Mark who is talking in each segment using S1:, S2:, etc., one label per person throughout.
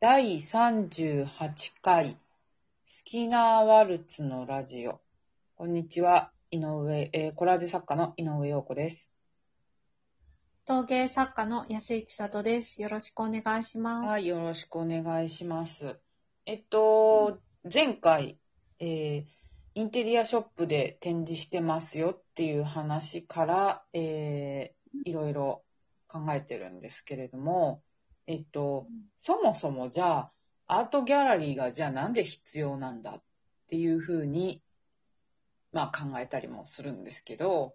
S1: 第三十八回スキナーワルツのラジオ。こんにちは、井上、えーコラージュ作家の井上陽子です。
S2: 陶芸作家の安井千里です。よろしくお願いします。
S1: はい、よろしくお願いします。えっと、前回、えーインテリアショップで展示してますよっていう話から、えーいろいろ考えてるんですけれども、えっと、そもそもじゃあ、アートギャラリーがじゃあなんで必要なんだっていうふうに、まあ考えたりもするんですけど、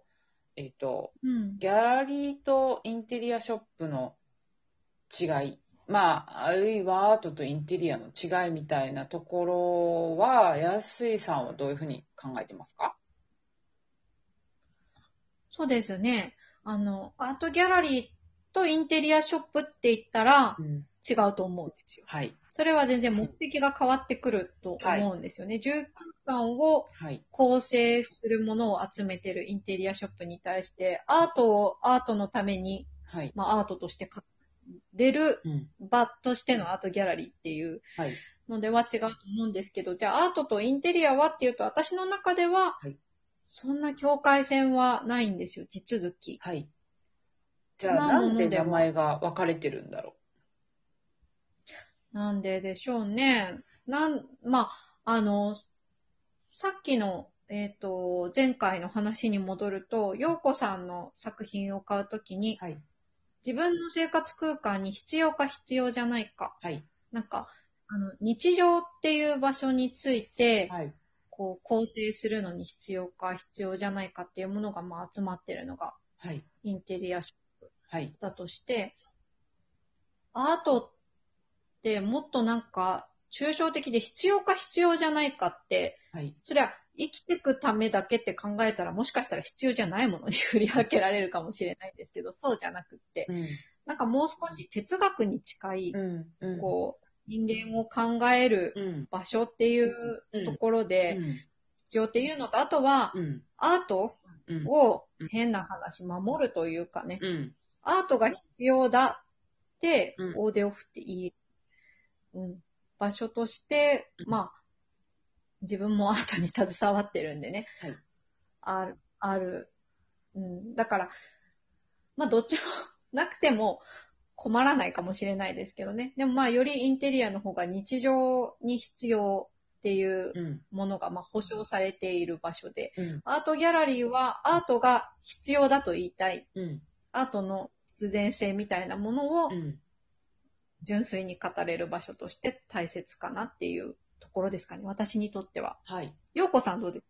S1: えっと、
S2: うん。
S1: ギャラリーとインテリアショップの違い、まあ、あるいはアートとインテリアの違いみたいなところは、安井さんはどういうふうに考えてますか
S2: そうですね。あの、アートギャラリーとインテリアショップって言ったら
S1: うん。
S2: 違うと思うんですよ。
S1: はい。
S2: それは全然目的が変わってくると思うんですよね。住空間を
S1: はい。
S2: 構成するものを集めてるインテリアショップに対して、アートをアートのために、
S1: はい。
S2: まあアートとして書かれる
S1: うん。
S2: 場としてのアートギャラリーっていう
S1: はい。
S2: のでは違うと思うんですけど、じゃあアートとインテリアはっていうと、私の中では
S1: はい、
S2: そんな境界線はないんですよ、地続き。
S1: はい。じゃあ、
S2: まあ
S1: なんで
S2: もので
S1: 名
S2: は
S1: 前が分かれてるんだろ
S2: なんででしょうね。なん、まあ、あの、さっきの、えっ、と、前回の話に戻ると、洋子さんの作品を買うときに、
S1: う。はい。
S2: 自分の生活空間に必要か必要じゃないか、
S1: はい。
S2: なんか、あの日常っていう場所について、
S1: はい。
S2: こう構成するのに必要か必要じゃないかっていうものがまあ集まってるのが
S1: はい。
S2: インテリア
S1: はい。
S2: だとして、アートってもっとなんか抽象的で必要か必要じゃないかって、
S1: はい。
S2: そりゃ生きてくためだけって考えたらもしかしたら必要じゃないものに振り分けられるかもしれないんですけど、そうじゃなくって、
S1: うん。
S2: なんかもう少し哲学に近い、
S1: うん。うん。
S2: こう人間を考える
S1: うん。
S2: 場所っていうところ
S1: う
S2: で
S1: ん。
S2: 必要っていうのと、あとは
S1: うん。
S2: アート
S1: うん。
S2: を変な話守るというかね、
S1: うん。
S2: アートが必要だって
S1: うん、
S2: オーデオフっていい、うん、場所として
S1: う、ん
S2: まあ、自分もアートに携わってるんでね、
S1: はい
S2: ある、ある、うん、だから、まあ、どっちもなくても困らないかもしれないですけどね。でもまあ、よりインテリアの方が日常に必要っていう
S1: うん。
S2: ものが、まあ、保障されている場所で、
S1: うん。
S2: アートギャラリーはアートが必要だと言いたい。
S1: うん。
S2: アートの必然性みたいなものを
S1: うん。
S2: 純粋に語れる場所として大切かなっていうところですかね。私にとっては。
S1: はい。
S2: ようこさんどうです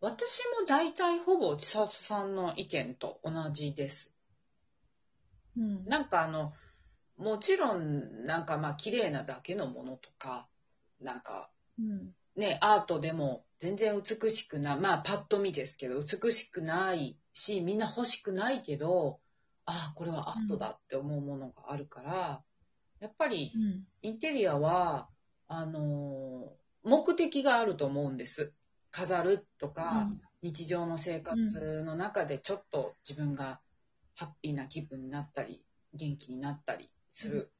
S1: 私も大体ほぼ千里さんの意見と同じです。
S2: うん
S1: なんかあの、もちろん、なんかまあ綺麗なだけのものとか、なんか
S2: うん。
S1: ね、アートでも全然美しくな、まあパッと見ですけど、美しくないし、みんな欲しくないけど、ああ、これはアートだって思うものがあるから、やっぱり
S2: うん。
S1: インテリアは、あのー目的があると思うんです。飾るとか、日常の生活の中でちょっと自分がハッピーな気分になったり、元気になったりする。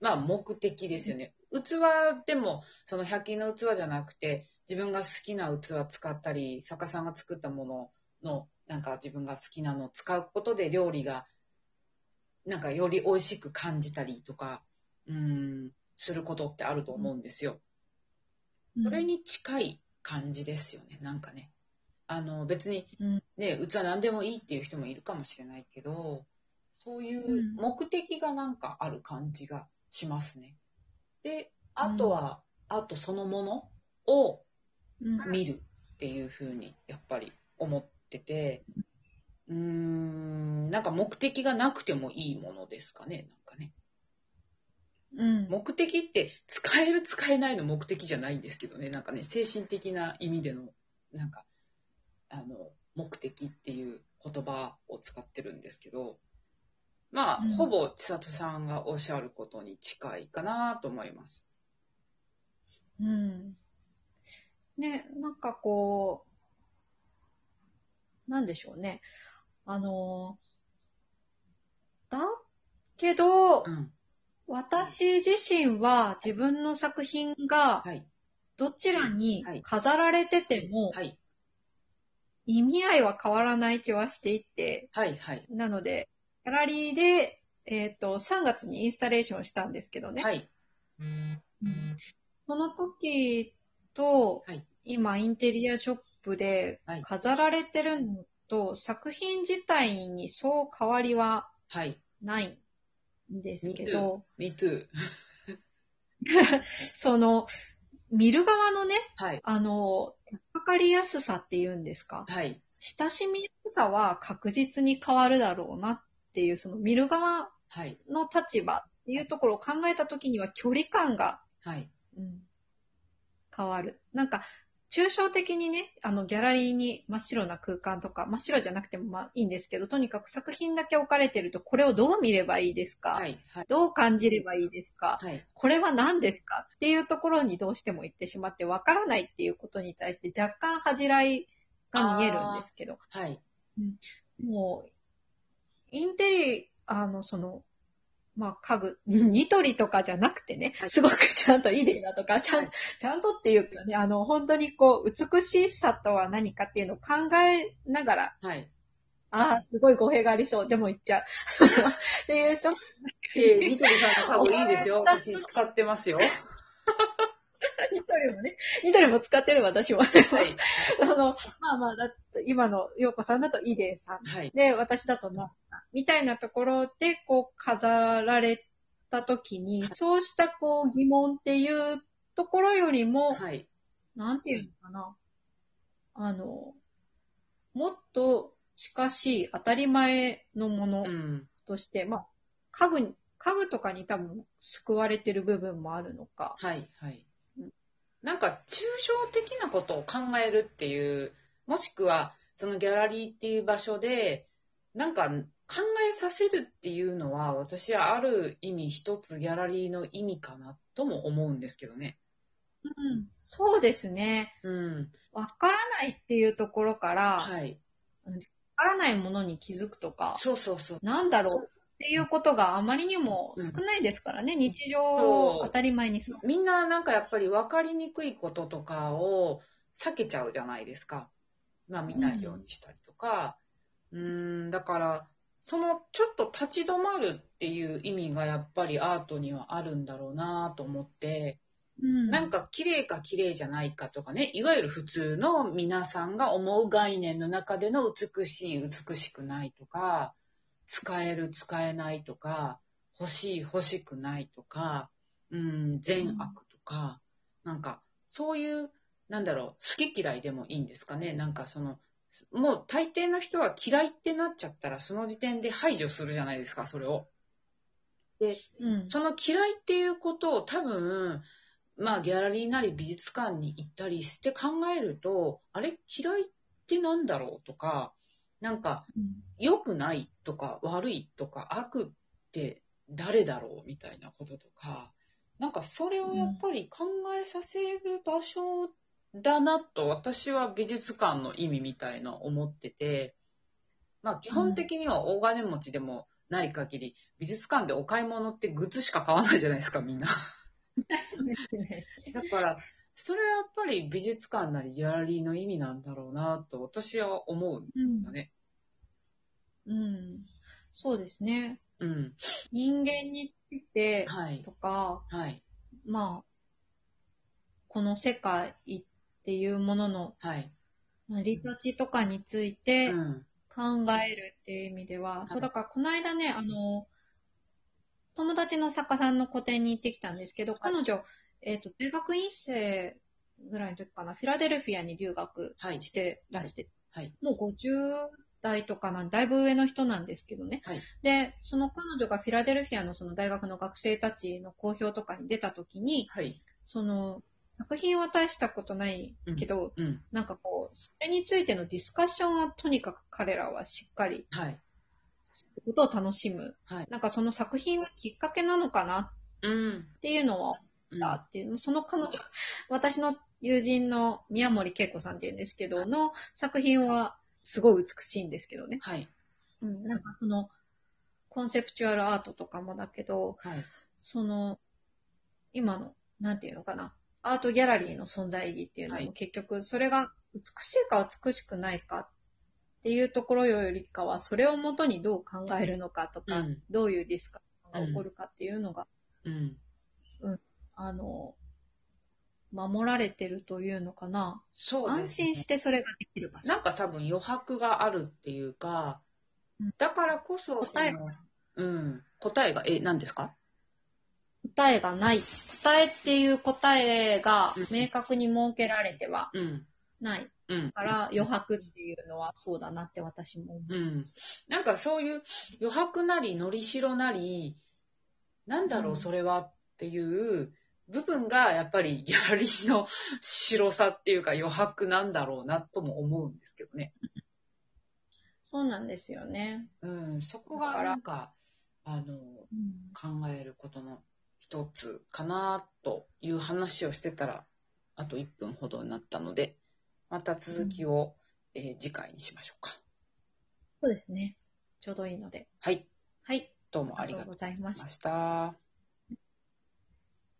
S1: まあ目的ですよね。器でも、その100均の器じゃなくて、自分が好きな器使ったり、作家さんが作ったものの、なんか自分が好きなのを使うことで料理が、なんかより美味しく感じたりとか、うん、することってあると思うんですよ。
S2: うん
S1: それ、に近い感じですよね、なんかね。あの別に
S2: うん、
S1: ね、器何でもいいっていう人もいるかもしれないけど、そういううん目的がなんかある感じがしますね。で、あとは、あとそのものを
S2: うん
S1: 見るっていうふうにやっぱり思ってて、うーん、なんか目的がなくてもいいものですかね、なんかね。
S2: うん。
S1: 目的って使える使えないの目的じゃないんですけどねなんかね精神的な意味でのなんかあの目的っていう言葉を使ってるんですけどまあ、
S2: うん
S1: ほぼ千里さんがおっしゃることに近いかなと思います。
S2: うん。ね、なんかこう、なんでしょうね。あの、だけど、
S1: うん、
S2: 私自身は自分の作品が
S1: はい。
S2: どちらに
S1: はい
S2: 飾られてても
S1: はい。
S2: 意味合いは変わらない気はしていて、
S1: はい。はい。
S2: なので、ギャラリーで、えっ、と、3月にインスタレーションしたんですけどね。
S1: はい。
S2: うんその時と、
S1: はい
S2: 今インテリアショップで
S1: はい
S2: 飾られてるのと、作品自体にそう変わりは
S1: はい。
S2: ないんですけど、
S1: me too.
S2: その、見る側のね、
S1: はい。
S2: あの、引っかかりやすさっていうんですか、
S1: はい。
S2: 親しみやすさは確実に変わるだろうなっていう、その見る側
S1: はい。
S2: の立場っていうところを考えた時には距離感が
S1: はい。
S2: うん変わる。なんか、抽象的にね、あの、ギャラリーに真っ白な空間とか、真っ白じゃなくてもまあいいんですけど、とにかく作品だけ置かれてると、これをどう見ればいいですか、
S1: はい。はい。
S2: どう感じればいいですか
S1: はい。
S2: これは何ですかっていうところにどうしても行ってしまって、わからないっていうことに対して若干恥じらいが見えるんですけど、
S1: はい。
S2: もう、インテリ、あの、その、まあ、家具、にニトリとかじゃなくてね、すごくちゃんとイデアとか、ちゃ
S1: は
S2: ん、
S1: い
S2: ちゃんとっていうかね、あの、本当にこう、美しさとは何かっていうのを考えながら、
S1: はい。
S2: ああ、すごい語弊がありそう、でも言っちゃう。 っていうショップ
S1: えー、ニトリさんの家具いいですよ。私使ってますよ。
S2: ニトリもね、ニトリも使ってる私は。
S1: はい。
S2: あの、まあまあ、だって今の陽子さんだとイデーさん。
S1: はい。
S2: で、私だとナオさん。みたいなところで、こう、飾られた時に、そうしたこう、疑問っていうところよりも、
S1: はい。
S2: なんていうのかな。あの、もっと近しい当たり前のもの
S1: うん。
S2: として、まあ、家具に、家具とかに多分救われてる部分もあるのか。
S1: はい。はい
S2: うん。
S1: なんか、抽象的なことを考えるっていう、もしくは、そのギャラリーっていう場所で、なんか、考えさせるっていうのは、私はある意味一つギャラリーの意味かなとも思うんですけどね。
S2: うん、そうですね。
S1: うん。
S2: わからないっていうところから、わ
S1: はい。
S2: からないものに気づくとか、
S1: そうそうそう。
S2: なんだろうっていうことがあまりにも少ないですからね、日常を当たり前にする。
S1: みんななんかやっぱり分かりにくいこととかを避けちゃうじゃないですか。まあ見ないようにしたりとか。うーん、だから、そのちょっと立ち止まるっていう意味がやっぱりアートにはあるんだろうなと思って、
S2: うん
S1: なんか綺麗か綺麗じゃないかとかね、いわゆる普通の皆さんが思う概念の中での美しい、美しくないとか、使える、使えないとか、欲しい、欲しくないとか、うん、善悪とか、なんか、そういう、なんだろう、好き嫌いでもいいんですかね。なんかその、もう大抵の人は嫌いってなっちゃったら、その時点で排除するじゃないですか、それを。
S2: うん、
S1: その嫌いっていうことを多分、まあギャラリーなり美術館に行ったりして考えると、あれ嫌いってなんだろうとか、なんか良くないとか悪いとか悪って誰だろうみたいなこととか、なんかそれをやっぱり考えさせる場所だなと私は美術館の意味みたいな思ってて、まあ基本的には大金持ちでもない限り、美術館でお買い物ってグッズしか買わないじゃないですか、みんな。だから、それはやっぱり美術館なりギャラリーの意味なんだろうなと私は思うんで
S2: うん
S1: すよね。
S2: うんそうですね。
S1: うん。
S2: 人間について
S1: はい。
S2: とか、
S1: はい。
S2: まあ、この世界っていうものの
S1: はい。
S2: 成り立ちとかについて
S1: うん。
S2: 考えるっていう意味では、そうだからこの間ね、あの、友達の作家さんの個展に行ってきたんですけど、彼女、えっ、と、大学院生ぐらいの時かな、フィラデルフィアに留学
S1: はい
S2: してらして、
S1: はい
S2: もう50代とかなん、だいぶ上の人なんですけどね。
S1: はい
S2: で、その彼女がフィラデルフィアのその大学の学生たちの公表とかに出た時に、
S1: はい。
S2: その、作品は大したことないけど、
S1: うん。
S2: なんかこう、それについてのディスカッションはとにかく彼らはしっかり、
S1: はい。
S2: ことを楽しむ。
S1: はい
S2: なんかその作品はきっかけなのかな
S1: うん。
S2: っていうのは思
S1: う
S2: っ
S1: ん
S2: たっていう、その彼女、私の友人の宮森恵子さんっていうんですけど、の作品はすごい美しいんですけどね。
S1: はい。
S2: うん、なんかその、コンセプチュアルアートとかもだけど、
S1: はい。
S2: その、今の、なんていうのかな、アートギャラリーの存在意義っていうの
S1: はい
S2: も結局、それが美しいか美しくないかっていうところよりかは、それをもとにどう考えるのかとか、
S1: うん
S2: どういうディスカッションが起こるかっていうのが、
S1: うん。
S2: あの、守られてるというのかな。
S1: そうで
S2: 安
S1: すね
S2: 心してそれができる場所。
S1: なんか多分余白があるっていうか
S2: うん、
S1: だからこそ、
S2: 答え
S1: そのうん。答えが、え、何ですか
S2: 答えがない。答えっていう答えが
S1: うん
S2: 明確に設けられては
S1: うん。
S2: ない
S1: うん。
S2: から、余白っていうのはそうだなって私も思う。
S1: うん。なんかそういう余白なり、のりしろなり、なんだろ
S2: うん
S1: う、それはっていう部分が、やっぱりギャラリーの白さっていうか余白なんだろうなとも思うんですけどね。
S2: そうなんですよね。
S1: うん。そこが
S2: だから
S1: なんか、あの、考えることの一つかなという話をしてたら、あと1分ほどになったので、また続きを、えー次回にしましょうか。
S2: そうですね。ちょうどいいので。
S1: はい。
S2: はい。
S1: どうも
S2: あ
S1: あ
S2: り
S1: り
S2: が
S1: が
S2: とう
S1: とう
S2: ございま
S1: ご
S2: し
S1: ざい
S2: た
S1: ま。した。